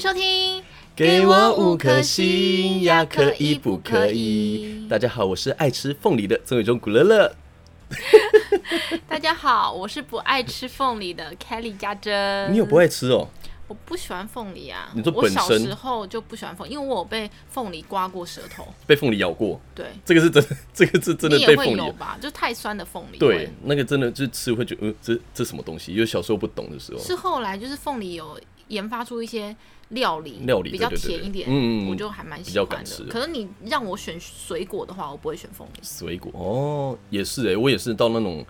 收听。给我五颗星呀，可以不可以？大家好，我是爱吃凤梨的曾伟忠古乐乐。大家好，我是不爱吃凤梨的 Kelly 家珍。你有不爱吃哦？我不喜欢凤梨啊。你说我本小身时候就不喜欢凤，因为我有被凤梨刮过舌头。被凤梨咬过？对，这个是真的， 这个是真的你也被会凤梨有咬。吧？就太酸的凤梨。对，，那个真的就是吃会觉得，呃，这这什么东西？因为小时候不懂的时候，是后来就是凤梨有研发出一些料理，料理比较对对对甜一点，对嗯嗯嗯我就还蛮比喜较欢敢吃的。可是你让我选水果的话，我不会选凤梨。水果哦，也是哎、我也是到那种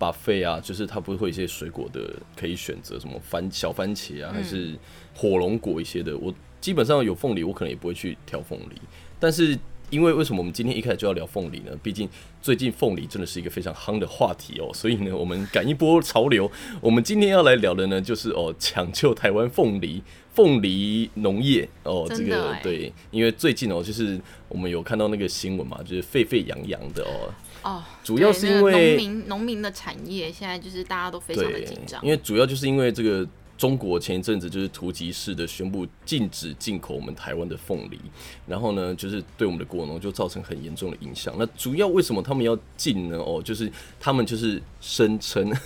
buffet 啊，就是它不是会有一些水果的可以选择，什么番小番茄啊，还是火龙果一些的。我基本上有凤梨，我可能也不会去挑凤梨。但是因为为什么我们今天一开始就要聊凤梨呢？毕竟最近凤梨真的是一个非常夯的话题哦， 所以呢，我们赶一波潮流。我们今天要来聊的呢，就是哦，抢救台湾凤梨。凤梨农业哦，这真的个欸对，因为最近哦，就是我们有看到那个新闻嘛，就是沸沸扬扬的哦，哦，主要对是那个因为农民农民的产业现在就是大家都非常的对紧张，因为主要就是因为这个中国前一阵子就是突击式的宣布禁止进口我们台湾的凤梨，然后呢，就是对我们的果农就造成很严重的影响。那主要为什么他们要禁呢？哦，就是他们就是声称。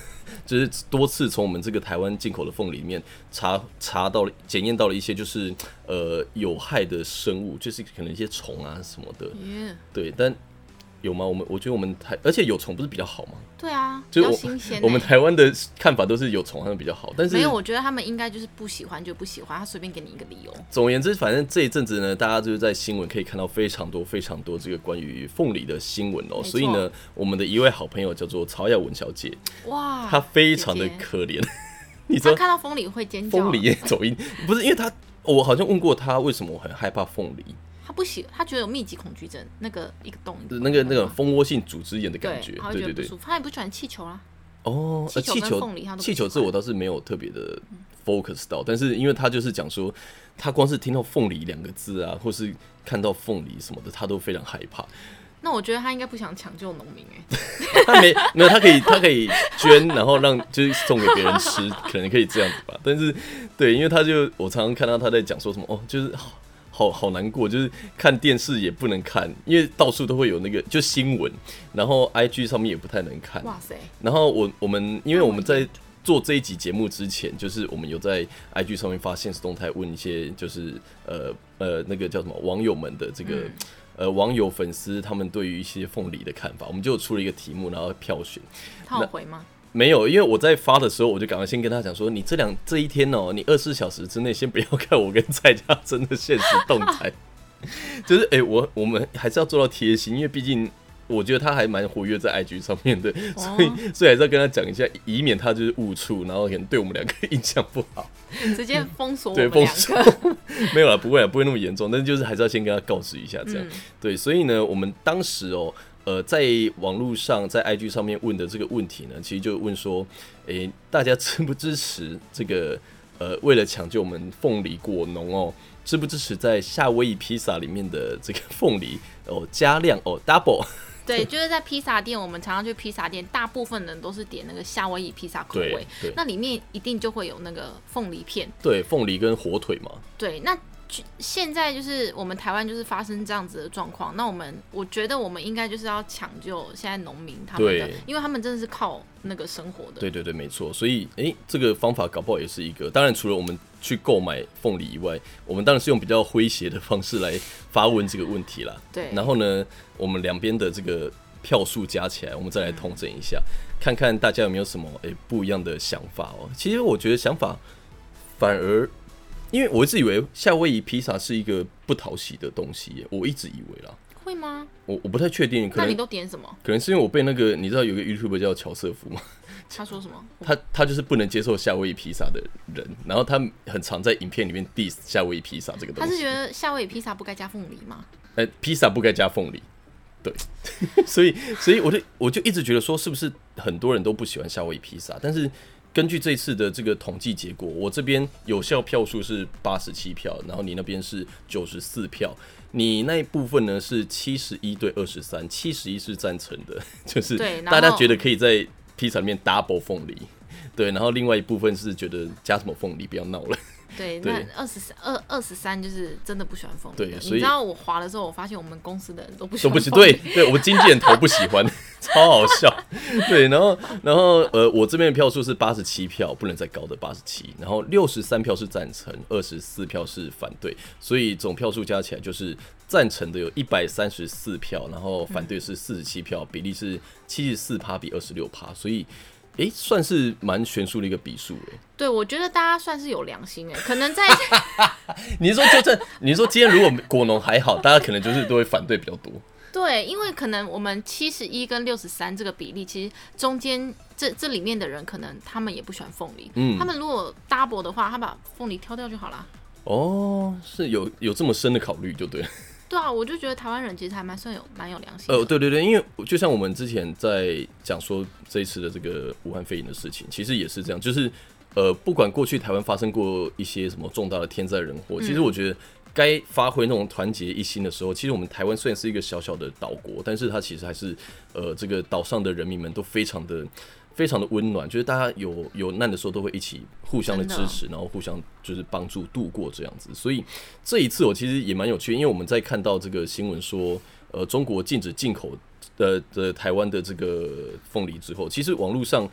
就是多次从我们这个台湾进口的凤梨里面查查到了检验到了一些就是呃有害的生物，就是可能一些虫啊什么的，耶对。但有吗？我们我觉得我们台而且有虫不是比较好吗？对啊，比就较我新鲜欸、我们台湾的看法都是有虫好像比较好，但是没有，我觉得他们应该就是不喜欢就不喜欢，他随便给你一个理由。总而言之，反正这一阵子呢，大家就是在新闻可以看到非常多非常多这个关于凤梨的新闻哦、没错所以呢，我们的一位好朋友叫做曹雅文小姐，哇，她非常的姐姐可怜。你他说看到风里会尖叫，凤梨也走音， 不是因为她，我好像问过她为什么我很害怕凤梨，他不喜，他觉得有密集恐惧症，那个一个洞一就是个那个洞那个蜂窝性组织炎的哦对感觉他，会对觉对得不对舒，服，他也不喜欢气球啦。啊哦，呃气球气跟球凤梨他都不气喜球欢这我倒是没有特别的 focus 到，但是因为他就是讲说，他光是听到凤梨两个字啊，或是看到凤梨什么的，他都非常害怕。那我觉得他应该不想抢救农民 哎、他没没有，他可以他可以捐，然后让就是送给别人吃，可能可以这样子吧。但是对，因为他就我常常看到他在讲说什么哦，就是好好好难过，就是看电视也不能看，因为到处都会有那个就新闻，然后 IG 上面也不太能看。哇塞，然后我我们因为我们在做这一集节目之前，就是我们有在 IG 上面发现实动态，问一些就是呃呃那个叫什么网友们的这个、呃网友粉丝他们对于一些凤梨的看法，我们就有出了一个题目，然后票选。他有回吗？没有，因为我在发的时候，我就赶快先跟他讲说，你这两这一天哦，你二十四小时之内先不要看我跟蔡家珍的现实动态， 就是哎、诶我我们还是要做到贴心，因为毕竟我觉得他还蛮活跃在 IG 上面的，所以、所以还是要跟他讲一下，以免他就是误触，然后可能对我们两个印象不好。直接封 锁我对，们封两锁个， 没有啦，不会啦，不会那么严重，但是就是还是要先跟他告知一下这样。嗯对，所以呢，我们当时哦，呃，在网络上，在 IG 上面问的这个问题呢，其实就问说，诶、大家支不支持这个？呃，为了抢救我们凤梨果农哦，支不支持在夏威夷披萨里面的这个凤梨哦加量哦 double？对，就是在披萨店，我们常常去披萨店，大部分人都是点那个夏威夷披萨口对味对，那里面一定就会有那个凤梨片。对，凤梨跟火腿嘛，对，那就现在就是我们台湾就是发生这样子的状况，那我们我觉得我们应该就是要抢救现在农民他们的对，因为他们真的是靠那个生活的。对对对，没错。所以，诶，这个方法搞不好也是一个。当然，除了我们去购买凤梨以外，我们当然是用比较诙谐的方式来发问这个问题啦。对然后呢，我们两边的这个票数加起来，我们再来统整一下，嗯看看大家有没有什么诶不一样的想法哦。其实我觉得想法反而，因为我一直以为夏威夷披萨是一个不讨喜的东西耶，我一直以为啦。会吗？我我不太确定，可那你能都点什么？可能是因为我被那个你知道有个 YouTube 叫乔瑟夫吗？他说什么？他他就是不能接受夏威夷披萨的人，然后他很常在影片里面 diss 夏威夷披萨这个东他是西。觉得夏威夷披萨不该加凤梨吗？哎、披萨不该加凤梨，对， 所以所以我就我就一直觉得说，是不是很多人都不喜欢夏威夷披萨？但是根据这次的这个统计结果，我这边有效票数是八十七票，然后你那边是九十四票，你那一部分呢是七十一对二十三，七十一是赞成的，就是对然后大家觉得可以在披萨里面 double 凤梨。对，然后另外一部分是觉得加什么凤梨不要闹了，对，那二十三二二十三就是真的不喜欢凤梨对的。所以你知道我滑的时候，我发现我们公司的人都不喜都欢不凤喜梨，对对，我们经纪人头不喜欢，超好笑。对，然后然后呃，我这边的票数是八十七票，不能再高的八十七，然后六十三票是赞成，二十四票是反对，所以总票数加起来就是赞成的有一百三十四票，然后反对是四十七票，比例是七十四趴比二十六趴，所以。诶，算是蛮悬殊的一个比数诶。对，我觉得大家算是有良心哎、可能 在你是说就算你是说今天如果果农还好，大家可能就是都会反对比较多。对，因为可能我们七十一跟六十三这个比例，其实中间这这里面的人，可能他们也不喜欢凤梨，嗯他们如果 double 的话，他把凤梨挑掉就好啦。哦，是有有这么深的考虑就对了。对啊，我就觉得台湾人其实还蛮算有蛮有良心的。呃，对对对，因为就像我们之前在讲说这一次的这个武汉肺炎的事情，其实也是这样，就是呃，不管过去台湾发生过一些什么重大的天灾人祸，其实我觉得该发挥那种团结一心的时候，其实我们台湾虽然是一个小小的岛国，但是它其实还是呃，这个岛上的人民们都非常的。非常的温暖，就是大家有有难的时候都会一起互相的真支的持。然后互相就是帮助度过这样子。所以这一次我其实也蛮有趣，因为我们在看到这个新闻说，呃，中国禁止进口呃的台湾的这个凤梨之后，其实网络上。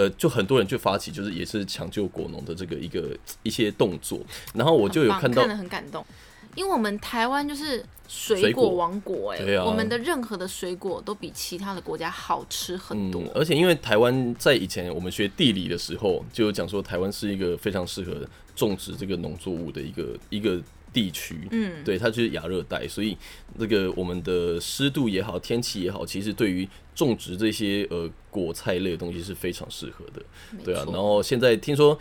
呃，就很多人就发起，就是也是抢救果农的这个一个一些动作，然后我就有很棒看到看，得很感动，因为我们台湾就是水水果果王国哎、对啊我们的任何的水果都比其他的国家好吃很多。嗯，而且因为台湾在以前我们学地理的时候，就有讲说台湾是一个非常适合种植这个农作物的一个一个地区。嗯，对，它就是亚热带，所以那个我们的湿度也好，天气也好，其实对于种植这些呃果菜类的东西是非常适合的。没对啊，错然后现在听说。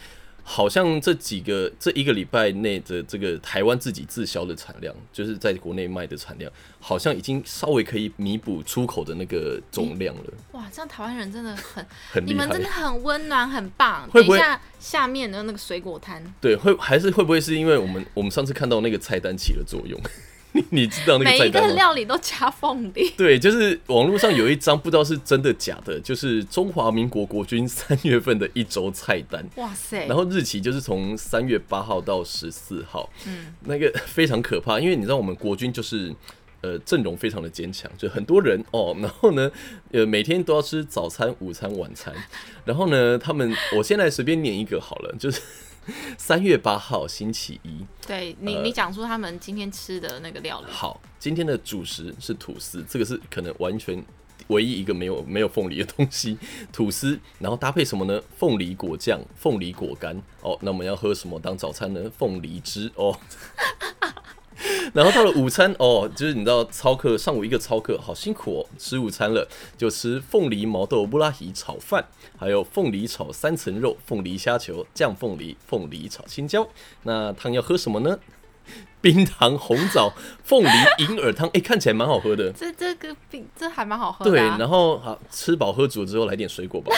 好像这几个这一个礼拜内的这个台湾自己自销的产量，就是在国内卖的产量，好像已经稍微可以弥补出口的那个总量了，哇，这样台湾人真的很，很你厉害。们真的很温暖，很棒。会不会等一下下面的那个水果摊，对，会还是会不会是因为我们我们上次看到那个菜单起了作用？ 你你知道那个每菜一个单吗？料理都加凤 梨。对，就是网络上有一张不知道是真的假的，就是中华民国国军三月份的一周菜单，哇塞然！后日期就是从三月八号到十四号，嗯，那个 非常可怕，因为你知道我们国军就是。呃，阵容非常的坚强，就很多人哦， 然后呢，呃，每天都要吃早餐、午餐、晚餐， 然后呢，他们，我先来随便念一个好了，就是 三月八号星期一，对你，呃你讲出他们今天吃的那个料理，好，今天的主食是吐司，这个是可能完全唯一一个没有没有凤梨的东西，吐司。然后搭配什么呢？凤梨果酱、凤梨果干。哦，那我们要喝什么当早餐呢？ 凤梨汁哦。 然后到了午餐哦，就是你知道操课上午一个操课好辛苦哦，吃午餐了就吃凤梨毛豆布拉提炒饭，还有凤梨炒三层肉、凤梨虾球、酱凤梨、凤梨炒青椒。那汤要喝什么呢？冰糖红枣凤梨银 耳汤，哎、看起来蛮好喝的。这这个饼这还蛮好喝对，的、啊，然后好吃饱喝足之后来点水果吧，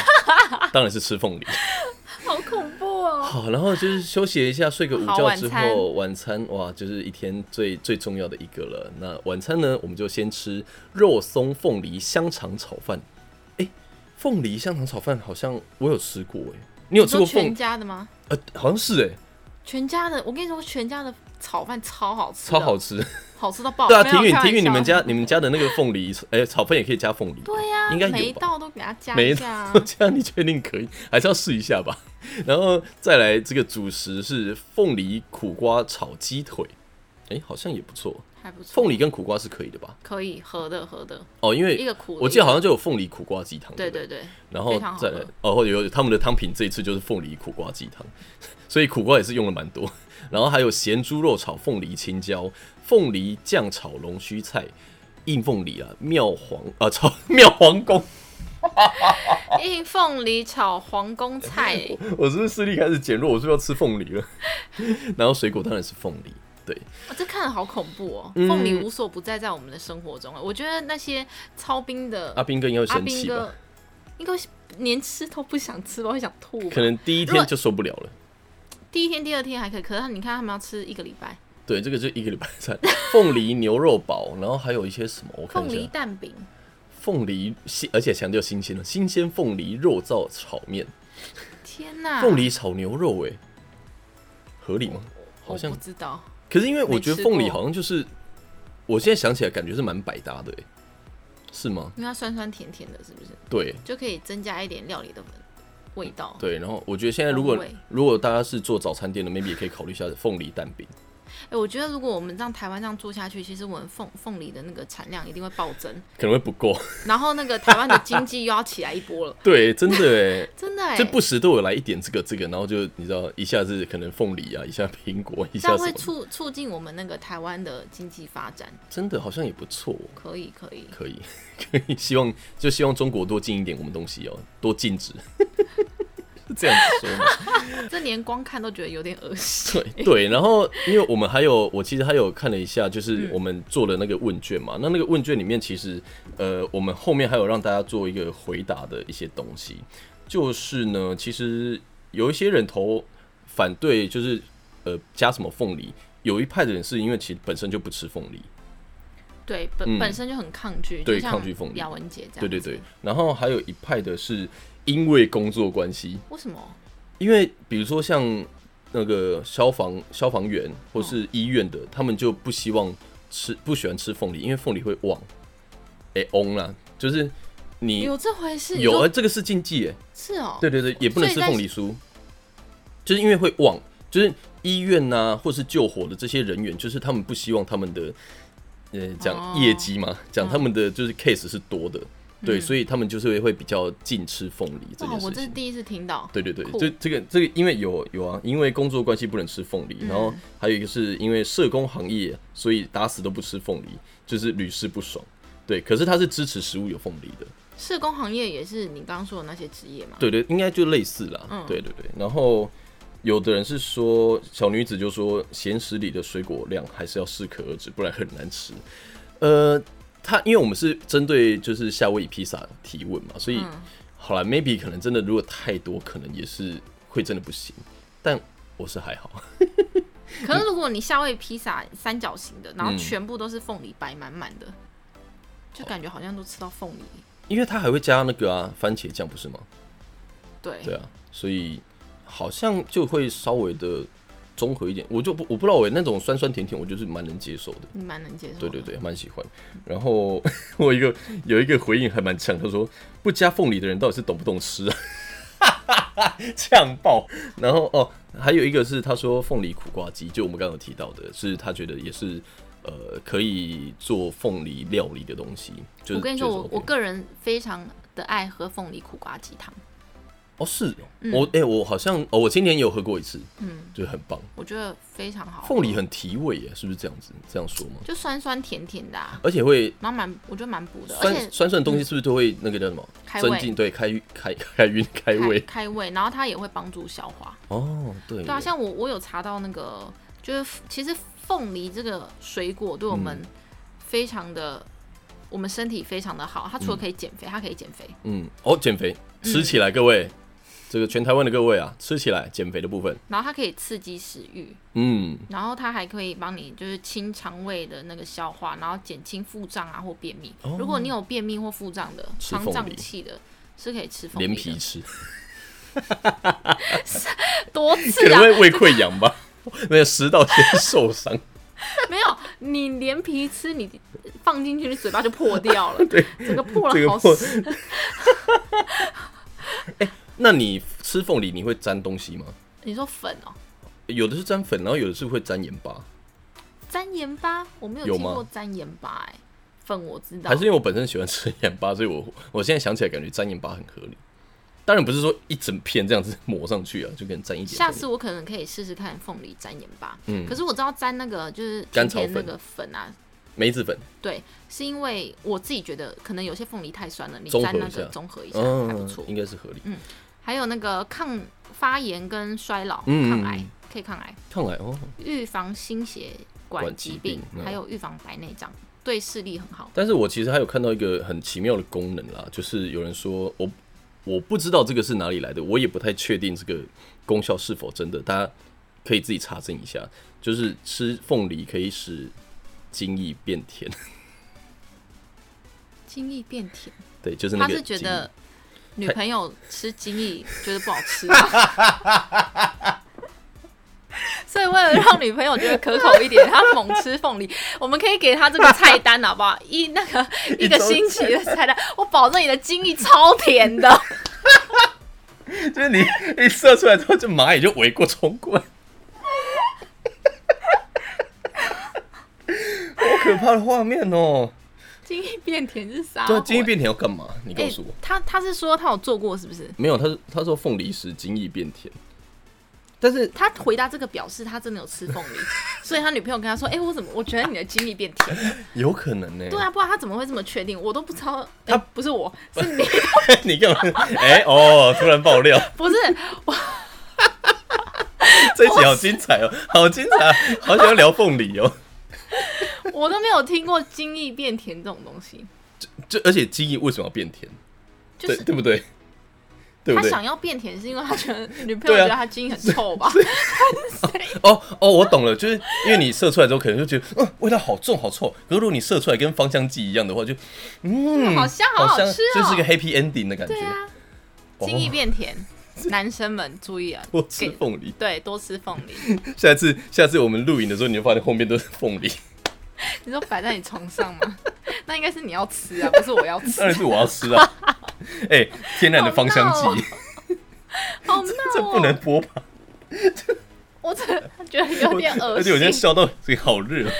当然是吃凤梨。 好恐怖 哦！好，然后就是休息一下，睡个午好觉晚之餐后，晚餐哇，就是一天最最重要的一个了。那晚餐呢，我们就先吃肉松凤梨香肠炒饭。哎、凤梨香肠炒饭好像我有吃过哎、你有你吃过说凤全？家的吗？呃，好像是哎、全家的，我跟你说，全家的炒饭超好吃，超好，吃。好吃到爆。 对啊，哦没有庭允开玩庭允，你们笑家你们家的那个凤梨，哎、炒饭也可以加凤梨。对呀、应该每有一吧。道都给它加没一错 下啊，这样你确定可以？还是要试一下吧。然后再来这个主食是凤梨苦瓜炒鸡腿，哎、好像也不错。还不错。凤梨跟苦瓜是可以的吧？可以合的合的，哦，因为一个苦的我记得好像就有凤梨苦瓜鸡汤。对不对对，然后非常好再来喝哦，或者有他们的汤品这一次就是凤梨苦瓜鸡汤， 所以苦瓜也是用了蛮多。 然后还有咸猪肉炒凤梨青椒、凤梨酱炒龙须菜、硬凤梨啊、妙黄啊、炒 妙黄宫。啊硬凤梨炒皇宫 菜，我是不是视力开始减弱？我是不是要吃凤梨了？ 然后水果当然是凤梨，对，哇这看着好恐怖哦！嗯凤梨无所不在，在我们的生活中啊，我觉得那些超冰的阿斌哥应该会阿啊生兵气吧哥？，应该是连吃都不想吃吧，会想吐吧。可能第一如天果就受不了了。第一天、第二天还可以，可是你看他们要吃一个礼拜，对，这个就一个礼拜菜， 凤梨牛肉堡，然后还有一些什么，我看凤一梨下，蛋饼，凤梨新，而且强调新鲜的，新鲜凤梨肉燥炒面，天哪！凤梨炒牛肉，哎，欸合理吗？好像我不知道。可是因为我觉得没吃凤梨过好像就是，我现在想起来感觉是蛮百搭的、欸，是吗？因为它酸酸甜甜的，是不是对就可以增加一点料理的味道？对，然后我觉得现在如果风味如果大家是做早餐店的，maybe 也可以考虑一下凤梨蛋饼。哎、我觉得如果我们让台湾这样做下去，其实我们凤凤梨的那个产量一定会暴增，可能会不够， 然后那个台湾的经济又要起来一波了， 对，真的真的哎，哎、这不时都有来一点这个这个，然后就你知道一下子可能凤梨啊，一下苹果，一这下样什会么，促促进我们那个台湾的经济发展，真的好像也不错哦，可以可以。可以 可以，希望就希望中国多进一点我们东西哦，多禁止， 是这样子说吗？这连光看都觉得有点恶心。对 对，然后因为我们还有，我其实还有看了一下，就是我们做的那个问卷嘛。那那个问卷里面，其实呃，我们后面还有让大家做一个回答的一些东西，就是呢，其实有一些人投反对，就是呃加什么凤梨，有一派的人是因为其实本身就不吃凤梨，对，本、嗯本身就很抗拒，对就像抗拒凤梨雅文姐这样。对对对，。然后还有一派的是因为工作关系，为什么？因为比如说像那个消防消防员或是医院的，他们就不希望吃不喜欢吃凤梨，因为凤梨会旺，哎、翁啦，就是你有这回事？有你啊，说这个是禁忌哎，是哦。对对对，也不能吃所以在凤梨酥，就是因为会旺，就是医院呐、或是救火的这些人员，就是他们不希望他们的呃哦讲业绩嘛，讲他们的就是 case 是多的，对，嗯所以他们就是会会比较禁吃凤梨这哇件，事我情。这是第一次听到。对对对，酷这这个这个因为有有啊，因为工作关系不能吃凤梨，然后还有一个是因为社工行业，所以打死都不吃凤梨，就是屡试不爽。对，可是他是支持食物有凤梨的，社工行业也是你刚刚说的那些职业嘛？对对，应该就类似啦。嗯对对对，然后有的人是说小女子就说咸食里的水果量还是要适可而止，不然很难吃。呃，他因为我们是针对就是夏威夷披萨提问嘛，所以嗯，好了，maybe 可能真的如果太多，可能也是会真的不行，但我是还好。 可是如果你夏威夷披萨三角形的，然后嗯全部都是凤梨白满满的，就感觉好像都吃到凤梨。因为它还会加那个啊番茄酱，不是吗？对，对啊，所以好像就会稍微的综合一点。我就不我不知道我那种酸酸甜甜，我就是蛮能接受的。你蛮能接受。对对。对，蛮喜欢。然后 我一个有一个回应还蛮呛，他说不加凤梨的人到底是懂不懂吃啊？ 呛爆。然后哦，还有一个是他说凤梨苦瓜鸡，就我们刚刚有提到的，是他觉得也是呃可以做凤梨料理的东西。就是、我跟你说，就是我 OK 我个人非常的爱喝凤梨苦瓜鸡汤，哦是哦嗯我哎、我好像哦我今年有喝过一次，嗯，就很棒。我觉得非常好喝。凤梨很提味耶，是不是这样子这样说吗？就酸酸甜甜的、啊，而且会然后蛮，我觉得蛮补的，而且酸酸酸的东西是不是都会那个叫什么开胃增进对开开 开晕开开胃开胃，然后它也会帮助消化。哦，对对啊，耶像我我有查到那个，就是其实凤梨这个水果对我嗯们非常的，我们身体非常的好。它除了可以减肥，它可以减肥。嗯哦，减肥吃起嗯来，各位这个全台湾的各位啊，吃起来减肥的部分，然后它可以刺激食欲，嗯，然后它还可以帮你就是清肠胃的那个消化，然后减轻腹胀啊或便秘。如果你有便秘或腹胀的、哦吃肠凤胀梨气的，是可以吃凤梨的连 皮吃多可次能啊，会胃溃疡吧，没有食道先受 伤，没有你连皮吃，你放进去你嘴巴就破掉了， 对，整个破这了个好破死。 哎那你吃凤梨你会沾东西吗？你说粉哦、有的是沾粉，然后有的是会沾盐巴，沾盐巴，我没有有听吗过沾盐巴哎、粉我知道，还是因为我本身喜欢吃盐巴，所以我我现在想起来感觉沾盐巴很合理。当然不是说一整片这样子 抹上去啊，就可能沾一点。下次我可能可以试试看凤梨沾盐巴。嗯可是我知道沾那个就是甘甜草甜粉那个粉啊，梅子粉，对，是因为我自己觉得可能有些凤梨太酸了，你综合沾那一个下综合一下还不嗯错，。应该是合理。还有那个抗发炎跟衰老、嗯抗癌，可以抗癌，抗癌哦，预防心血管管疾疾病，病嗯还有预防白内障，对视力很好。但是我其实还有看到一个很奇妙的功能啦，就是有人说我我不知道这个是哪里来的，我也不太确定这个功效是否真的，大家可以自己查证一下。就是吃凤梨可以使精液变甜， 精益变甜，对，就是那他个是觉精液得女朋 友吃精益觉得不好吃吗， 所以为了让女朋友觉得可口一点，她猛吃凤梨。我们可以给她这个菜单，好不好？一那 个一个星期的菜单，我保证你的精力超甜 的。就是你一射出来之后，就蚂蚁就围过冲过来， 好可怕的画面哦！精力变甜是啥？对啊，精益变甜要干嘛？你哎告诉我。他他是说他有做过是不是？没有，他是他说凤梨是精益变甜，但是他回答这个表示他真的有吃 凤梨，所以他女朋友跟他说：“哎、我怎么我觉得你的精力变甜 了有可能呢、？”对啊，不然他怎么会这么确定？我都不知 道。他哎不是我， 是你， 你干嘛？哎、哦，突然爆料，不是我。这一集好精彩哦，好精彩啊，好想要聊凤梨哦。我都没有听过精益变甜这种东西，就而且记忆为什么要变甜？就是对对不对？对他不对？想要变甜，是因为他觉得女朋友对啊觉得他基因很臭 吧？哦哦，我懂了，就是因为你射出来之后，可能就觉得，嗯、味道好重好臭。可是如果你射出来跟芳香剂一样的话，就嗯，好香好好好香，吃就是一个哦 happy ending 的感觉 对。啊，哦精益变 甜，男生们注意啊，多吃给凤梨，对，多吃凤梨。下次下次我们录影的时候，你就发现后面都是凤梨，你说摆在你床上吗？ 那应该是你要吃啊，不是我要吃 当。然是我要吃 啊！哎、天然的芳香好闹哦剂，好闹这哦！不能播吧？我真的觉得有点恶而且我现在心。笑到嘴好热哦。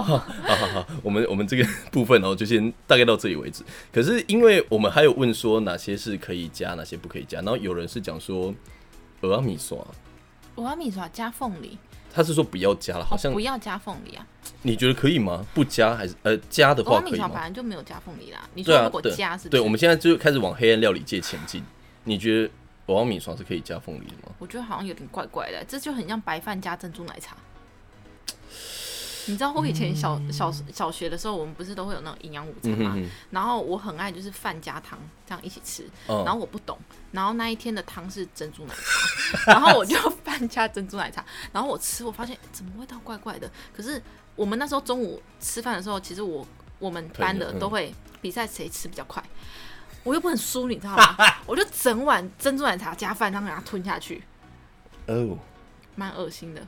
好好好，我们我们这个部分哦，就先大概到这里为止。可是因为我们还有问说哪些是可以加，哪些不可以加，然后有人是讲说俄阿米索，我要米耍加凤梨，哦他是说不要加了，好像不要加凤梨啊！你觉得可以吗？不加还是呃加的我话要可米以耍本吗？来就没有加凤梨啦。你对说啊如果，对加是不是？对，我们现在就开始往黑暗料理界前进。你觉得俄阿米索是可以加凤梨的吗？我觉得好像有点怪怪的，这就很像白饭加珍珠奶茶。你知道我以前小、小小学的时候，我们不是都会有那种营养午餐嗯嘛？哼然后我很爱就是饭加汤这样一起吃，嗯然后我不懂，然后那一天的汤是珍珠奶茶， 然后我就饭加珍珠奶茶，然后我吃，我发现怎么味道怪怪的。可是我们那时候中午吃饭的时候，其实我我们班的朋友嗯都会比赛谁吃比较快，我又不能输，你知道 吗？我就整碗珍珠奶茶加饭汤给它吞下去，哼，哦。蛮恶心的。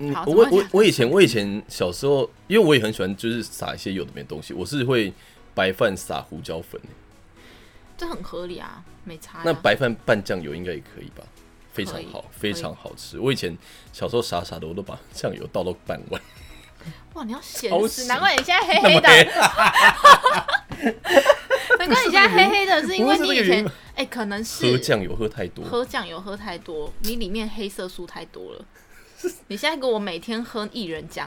嗯好，怎么我会我想我以前我以前小时候，因为我也很喜欢，就是撒一些有的没的东西。我是会白饭撒胡椒粉，欸这很合理啊，没差、呀那白饭拌酱油应该也可以吧？非常可以好，可以非常好吃。我以前小时候傻傻的，我都把 酱油倒到半碗，哇，你要咸超死，咸难怪你现在黑那 么黑的，黑。难怪你现在黑黑的，是因为不你是这以个原前因哎、可能是喝酱油喝太多，喝酱油喝太多，你里面黑色素太多 了。你现在给我每天喝薏仁浆，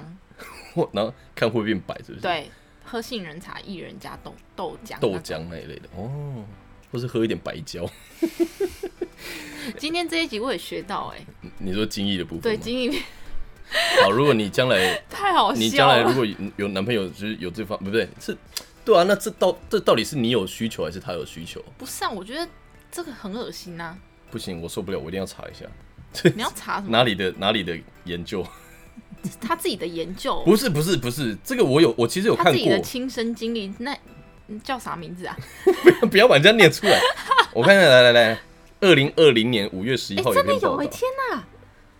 我 然后看会不会变白，是不是？，对，喝杏仁茶、薏仁加豆豆浆。 啊豆。浆那一类的哦，或是喝一点白椒。 今天这一集我也学到哎、你说精益的部分对，吗？经营好，如果你将来太 好你笑哦将来如了。果有有男朋友，就是有这方，不对，是，对啊，那这到这到底是你有需求还是他有需求？不是啊，我觉得这个很恶心 啊！不行，我受不了，我一定要查一下你要查什么？哪里的哪里的研究。 他自己的研究，不是不是不是，这个我有，我其实有他看自己的过，亲身经历，那嗯叫啥名 字啊？不要把人家念出来。我看一下，来来来，二零二零年五月十一哎、号有真的篇有报哎、道，天哪，哦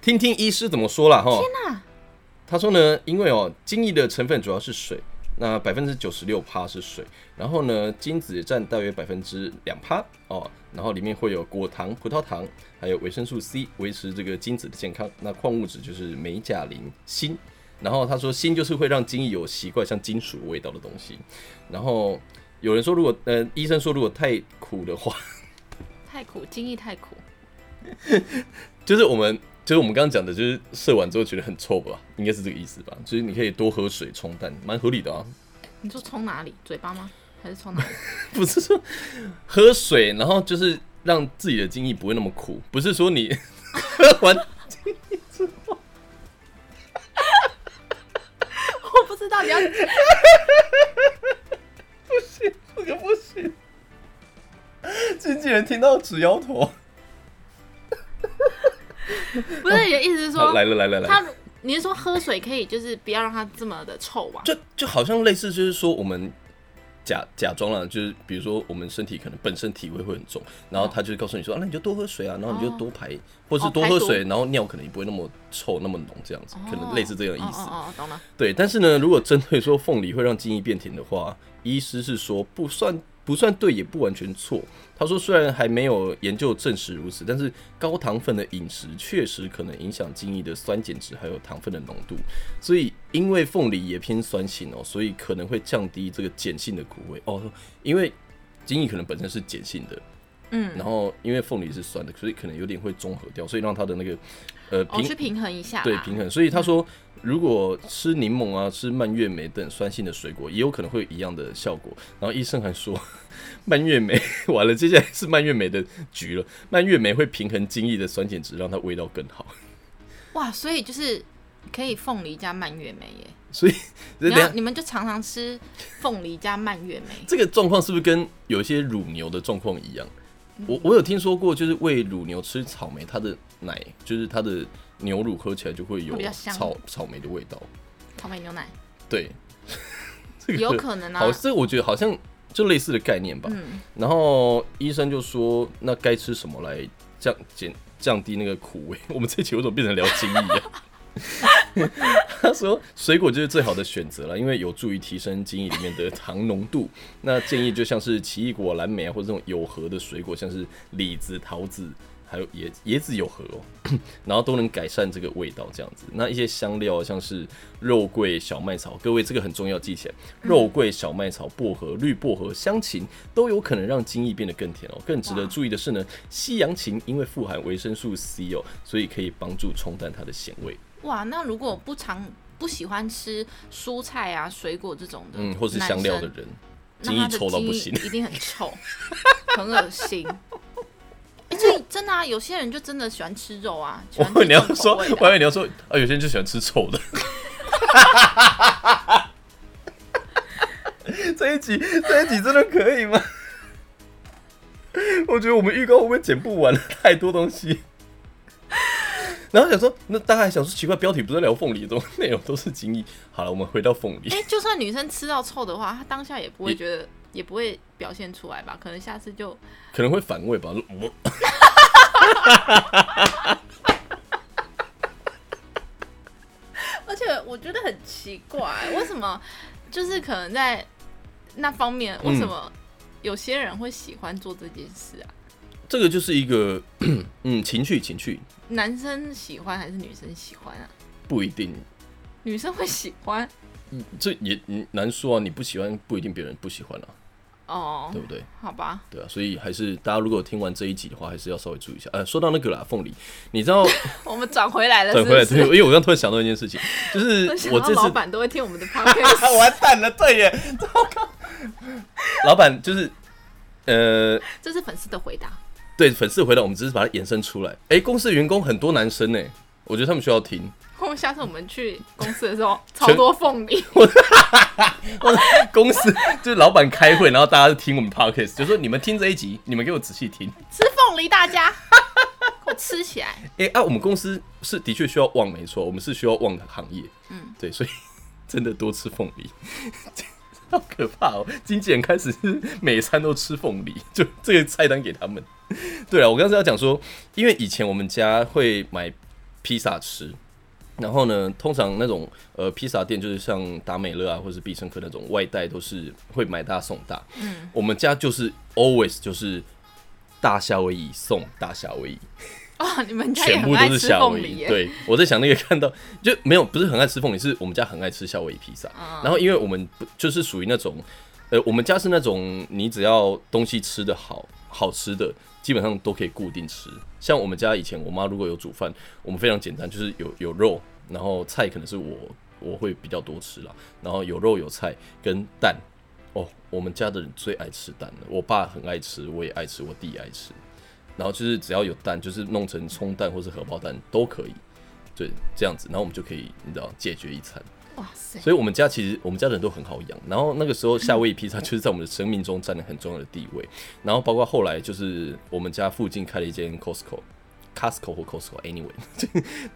听听医师怎么说啦哈。天哪！他说呢，因为哦，精益的成分主要是水，那百分之九十六趴是水，然后呢，精子占大约百分之两趴哦，然后里面会有果糖、葡萄糖，还有维生素 C 维持这个精子的健康。那矿物质就是镁、钾、磷、锌。然后他说，锌就是会让精益有习惯像金属味道的东西。然后有人说，如果呃，医生说如果太苦的话， 太苦，精益太苦。就是我们就是我们刚刚讲的，就是射完之后觉得很臭吧，应该是这个意思吧？就是你可以多喝水冲淡，蛮合理的啊。你说冲哪里？嘴巴吗？还是冲哪 里？ 不是说喝水，然后就是让自己的精液不会那么苦，不是说你 喝完我不知道你要 这个不行。经纪人听到直摇头。不是你的意思是啊说，来了来了来他了，你是说喝水可以，就是不要让它这么的臭啊？就就好像类似就是说我们。假假装了，就是比如说我们身体可能本身体味会很重，然后他就告诉你说、啊，那你就多喝水啊，然后你哦就多排，或是多喝水，然后尿可能也不会那么臭那么浓这样子，可能类似这样的意思。哦哦，懂了。对，但是呢，如果针对说凤梨会让精液变甜的话，医师是说不算不算对，也不完全错。他说虽然还没有研究证实如此，但是高糖分的饮食确实可能影响精液的酸碱值还有糖分的浓度，所以因为凤梨也偏酸性哦，所以可能会降低这个碱性的苦味哦，因为精液可能本身是碱性的。嗯，然后因为凤梨是酸的，所以可能有点会中和掉，所以让它的那个呃我、平哦去平衡一下啦。对平衡。所以他说，如果吃柠檬啊、吃蔓越莓等酸性的水果，也有可能会有一样的效果。然后医生还说， 蔓越莓完了，接下来是蔓越莓的局了。蔓越莓会平衡精液的酸碱值，让它味道更好。哇，所以就是可以凤梨加蔓越莓耶。所以，等你一下要你们就常常吃凤梨加蔓越莓。这个状况是不是跟有一些乳牛的状况一样？我我有听说过，就是喂乳牛吃草莓，它的奶就是它的牛乳喝起来就会有会比较香草草莓的味道。草莓 牛奶对，这个有可能啊好，，这个我觉得好像就类似的概念吧。嗯，然后医生就说，那该吃什么来降减降低那个苦味？ 我们这期为什么变成聊精益啊？ 他说，水果就是最好的选择了，因为有助于提升精益里面的糖浓度。那建议就像是奇异果、蓝莓啊，或者这种有核的水果，像是李子、桃子，还有椰椰子有核哦，然后都能改善这个味道这样子。那一些香料像是肉桂、小麦草，各位这个很重要，记起来，肉桂、小麦草、薄荷、绿薄荷、香芹都有可能让精益变得更甜哦。更值得哇注意的是呢，西洋芹因为富含维生素 C 哦，所以可以帮助冲淡它的咸味。哇，那如果不常不喜欢吃蔬菜啊、水果这种的，嗯，或是香料的，人，那精他益的臭到不行精。液一定很臭， 很恶心。哎，所以真的啊，有些人就真的喜欢吃肉啊，喜我欢以为吃你要重说，口我味以的啊。为你要说啊，有些人就喜欢吃臭 的。这一集，这一集真的可以吗？我觉得我们预告会不会剪不完了，太多东西。然后想说，那大家还想说奇怪，标题不是在聊凤梨，怎么内容都是精益？好了，我们回到凤梨。哎，就算女生吃到臭的话，她当下也不会觉得，也不会表现出来吧？可能下次就可能会反胃吧。我而且我觉得很奇怪，为什么就是可能在那方面，嗯为什么有些人会喜欢做这件事啊？这个就是一个嗯情绪，情绪男生喜欢还是女生喜欢啊？不一定，女生会喜欢这也嗯难说啊。你不喜欢不一定别人不喜欢啊，哦对，不对？好吧，对啊，所以还是大家如果听完这一集的话，还是要稍微注意一下。呃，说到那个啦，凤梨，你 知道我们转回来了，是转不回来，是？对，因为我刚突然想到一件事情，就是想我到这老次板都会听我们的 podcast， 完蛋了，对耶，糟糕， 老板就是呃，这是粉丝的回答。对粉丝回答，我们只是把它延伸出来。哎、公司的员工很多男生呢，我觉得他们需要听。 我们下次我们去公司的时候，超多凤梨，公司就是老板开会，然后大家就听我们 podcast，就说你们听这一集，你们给我仔细听。吃凤梨，大家 给我吃起来。哎、啊，我们公司是的确需要旺，没错，我们是需要旺的行业。嗯，对，所以 真的多吃凤梨， 好可怕哦！经纪人开始是 每餐都吃凤梨，就这个菜单给他们。对啊，我刚才要讲说，因为以前我们家会买披萨吃。然后呢，通常那种呃披萨店就是像达美乐啊，或是必胜客那种外带都是会买大送大。嗯，我们家就是 always 就是大夏威夷送大夏威夷，哦，你们家也全很部爱都是吃夏凤威梨夷。耶？，对，我在想那个看到就没有，不是很爱吃凤梨，是我们家很爱吃夏威夷披萨。嗯然后因为我们不就是属于那种，呃，我们家是那种你只要东西吃的好，好吃的基本上都可以固定吃。像我们家以前我妈如果有煮饭，我们非常简单，就是有有肉，然后菜可能是我我会比较多吃啦，然后有肉有菜跟蛋。哦，我们家的人最爱吃蛋了，我爸很爱吃，我也爱吃，我弟也爱吃。然后就是只要有蛋，就是弄成葱蛋或是荷包蛋都可以，对，这样子，然后我们就可以你知道解决一餐。哇塞，所以我们家其实我们家的人都很好养，然后那个时候夏威夷披萨就是在我们的生命中占了很重要的地位，然后包括后来就是我们家附近开了一间 Costco。Costco 或 Costco，anyway，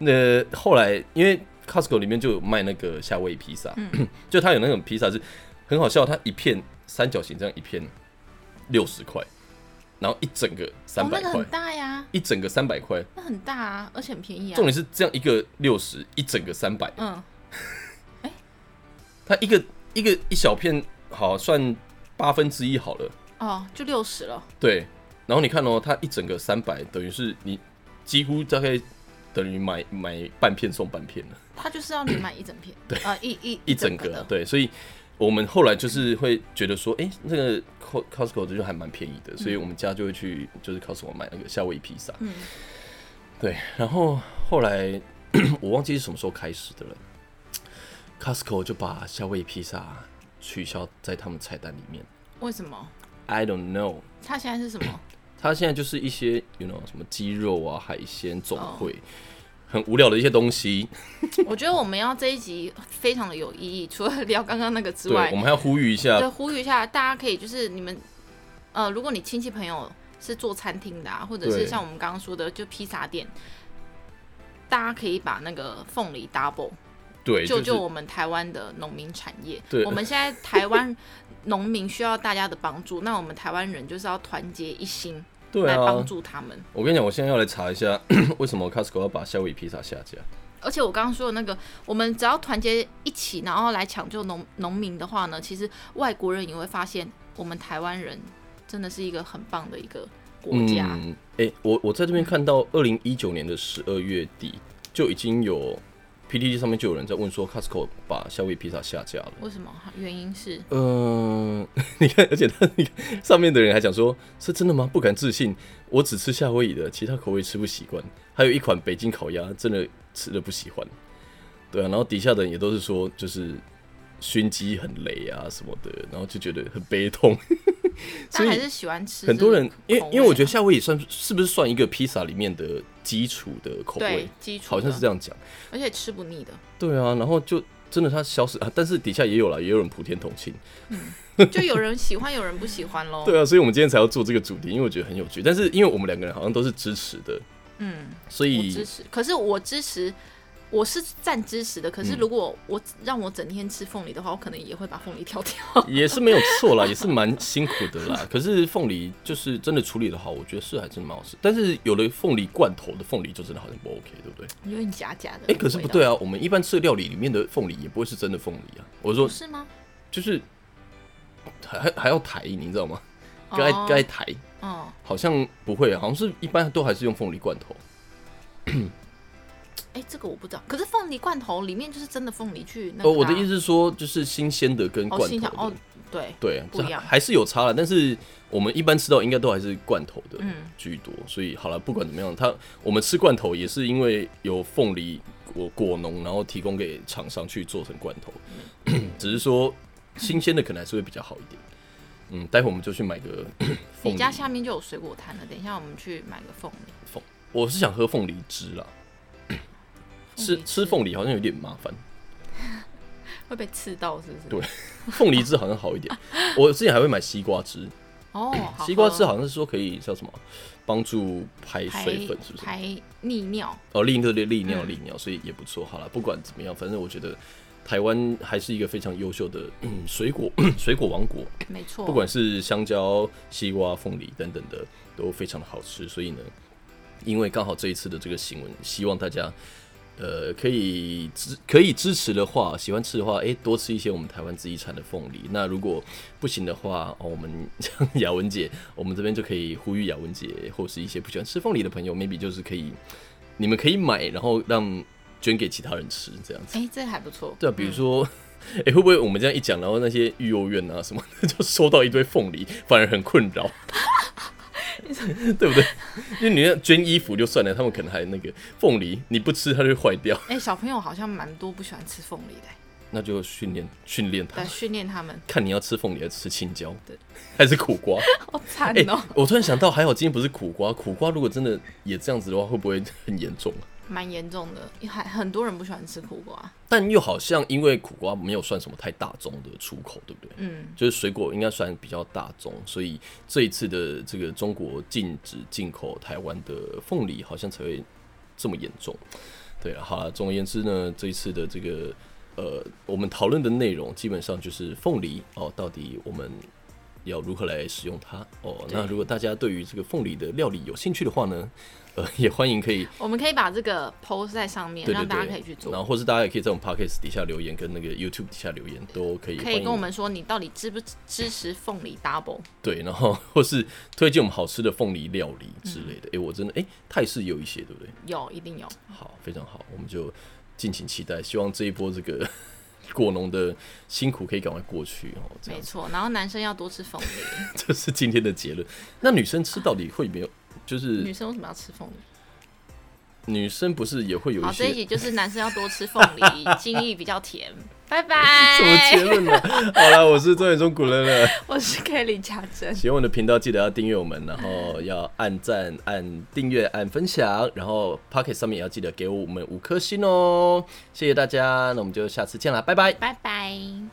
那 后来因为嗯 Costco 里面就有卖那个夏威夷披萨，就它有那种披萨是很好笑，它一片三角形这样一片六十块，然后一整个三哦，百那个块很，大呀，一整个三百块。那很大啊，而且很便宜啊重。点是这样一个六十，一整个三百，嗯，它一个一个一小片，好算八分之一好了。哦，就六十了。对，然后你看哦，它一整个三百，等于是你几乎大概等于买买半片送半片了，他就是要你买一整片，对，呃，一一一整个个啊的，对，所以我们后来就是会觉得说，哎、那个 Co- Costco 这就还蛮便宜的，所以我们家就会去就是 Costco 买那个夏威夷披萨，嗯，对，然后后来 我忘记是什么时候开始的了，Costco 就把夏威夷披萨取消在他们菜单里面为什么？ ，I don't know。他现在是什么？ 它现在就是一些，you know，什么鸡肉啊、海鲜总哦会很无聊的一些东西。我觉得我们要这一集非常的有意义，除了聊刚刚那个之对，外我，们还要呼吁一对，下，呼吁一下大家可以就是你们，呃，如果你亲戚朋友是做餐厅的、啊，或者对是像我们刚刚说的就披萨店，大家可以把那个凤梨 double 对，救就是救我们台湾的农民产业。对我们现在台湾农民需要大家的帮助，那我们台湾人就是要团结一心 对来帮啊。助他们。我跟你讲，我现在要来查一下 为什么 Costco 要把夏威夷披萨下架。而且我刚刚说的那个，我们只要团结一起，然后来抢救农农民的话呢，其实外国人也会发现我们台湾人真的是一个很棒的一个国家。嗯，哎、我我在这边看到二零一九年的十二月底就已经有 PTT 上面就有人在问说 Costco 把夏威夷披萨下架了。为什么？原因是嗯， 你看，而且他那个上面的人还讲说，是真的吗？不敢置信，我只吃夏威夷的，其他口味吃不习惯。还有一款北京烤鸭，真的吃的不喜欢。对啊，然后底下的人也都是说，就是熏鸡很雷啊什么的，然后就觉得很 悲痛。所但还以是喜欢吃很多人，因这个为口味啊因为我觉得夏威夷算是不是算一个披萨里面的基础的口味对，基础好像是这样，样讲。而且吃不腻的，对啊，然后就真的它消失啊，但是底下也有了，也有人普天同庆。就有人喜欢，有人不喜欢 喽。对啊，所以我们今天才要做这个主题，因为我觉得很有趣。但是因为我们两个人好像都是支持的，嗯，所我以支持。可是我支持，我是占支持的。可是嗯如果我让我整天吃凤梨的话，我可能也会把凤梨挑掉。 也是没有错啦，也是蛮辛苦的啦。可是凤梨就是真的处理的好，我觉得是还真蛮好吃。但是有了凤梨罐头的凤梨就真的好像不 OK，对不对？有点假假的。哎、可是不对啊，我们一般吃的料理里面的凤梨也不会是真的凤梨啊。我不说是吗？就是还还还要抬，你知道吗？哦该该抬，哦，好像不会、啊，好像是一般都还是用凤梨罐头。哎、这个我不知道。可是凤梨罐头里面就是真的凤梨去那个、啊哦，我的意思，是说，就是新鲜的跟哦，罐头心的想哦，对，对，不一这样还是有差了，但是我们一般吃到应该都还是罐头的嗯居多，所以好了，不管怎么样，它我们吃罐头也是因为有凤梨果果农，然后提供给厂商去做成罐头，嗯 只是说新鲜的可能还是会比较好一点。嗯，待会我们就去买 个凤你梨家，下面就有水果摊了。等一下我们去买个凤梨。我是想喝凤梨汁 啦，吃梨吃凤梨好像有点麻烦，会被刺到是不是？对凤梨汁好像 好一点。我之前还会买西瓜汁，哦，好喝西瓜汁好像是说可以叫什么，帮助排排水分，是不是？排利尿，哦，利特利利尿利尿，所以也不错。好了，不管怎么样，反正我觉得台湾还是一个非常优秀的、嗯、水果 水果王国，没错。不管是香蕉、西瓜、凤梨等等的，都非常的好吃。所以呢，因为刚好这一次的这个新闻，希望大家。呃，可以支可以支持的话，喜欢吃的话，诶，多吃一些我们台湾自己产的凤梨。那如果不行的话，哦，我们 像雅文姐，我们这边就可以呼吁雅文姐，或是一些不喜欢吃凤梨的朋友，maybe 就是可以，你们可以买，然后让捐给其他人吃，这样子。哎、这还不错。对啊，比如说，哎、会不会我们这样一讲，然后那些育幼院啊什么的，就收到一堆凤梨，反而很困扰， 对不对？因为你要捐衣服就算了，他们可能还那个凤梨，你不吃它就会坏掉，哎、小朋友好像蛮多不喜欢吃凤梨 的、那就训练训练它来，训练他们，看你要吃凤梨还是吃青椒对，还是苦瓜。好惨哎、哦，我突然想到，还好今天不是苦瓜，苦瓜如果真的也这样子的话，会不会很严重啊？蛮严重的，还很多人不喜欢吃苦瓜。但又好像因为苦瓜没有算什么太大众的出口，对不对？嗯，就是水果应该算比较大众，所以这一次的这个中国禁止进口台湾的凤梨，好像才会这么严重。对了，好了，总而言之呢，这一次的这个呃，我们讨论的内容基本上就是凤梨哦，到底我们要如何来使用它哦。对那如果大家对于这个凤梨的料理有兴趣的话呢，呃，也欢迎可以我们可以把这个 post 在上面，对对让大家对，可以去然做，后或是大家也可以在我们 podcast 底下留言，跟那个 YouTube 底下留言都可以。可欢以迎跟我们说你到底支不支持凤梨 double。对，然后 或是推荐我们好吃的凤梨料理之类嗯的。哎、我真的哎、泰式有一些，对不对？有，一定有。好，非常好，我们就敬请期待。希望这一波这个 果农的辛苦可以赶快过去哦。这没样子，错，然后男生要多吃凤梨， 这是今天的结论。那女生吃到底会没有？就是女生为什么要吃凤梨？女生不是也会有好，一这一些集就是男生要多吃凤 梨，精益比较甜。拜什么结拜，论呢、哎好了，我是中野中古人了。我是 Kelly 家珍，喜欢我的频道，记得要订阅我们，然后要按赞、按订阅、按分享，然后 Pocket 上面也要记得给我们五颗星哦，谢谢大家，那我们就下次见啦，拜拜。拜拜。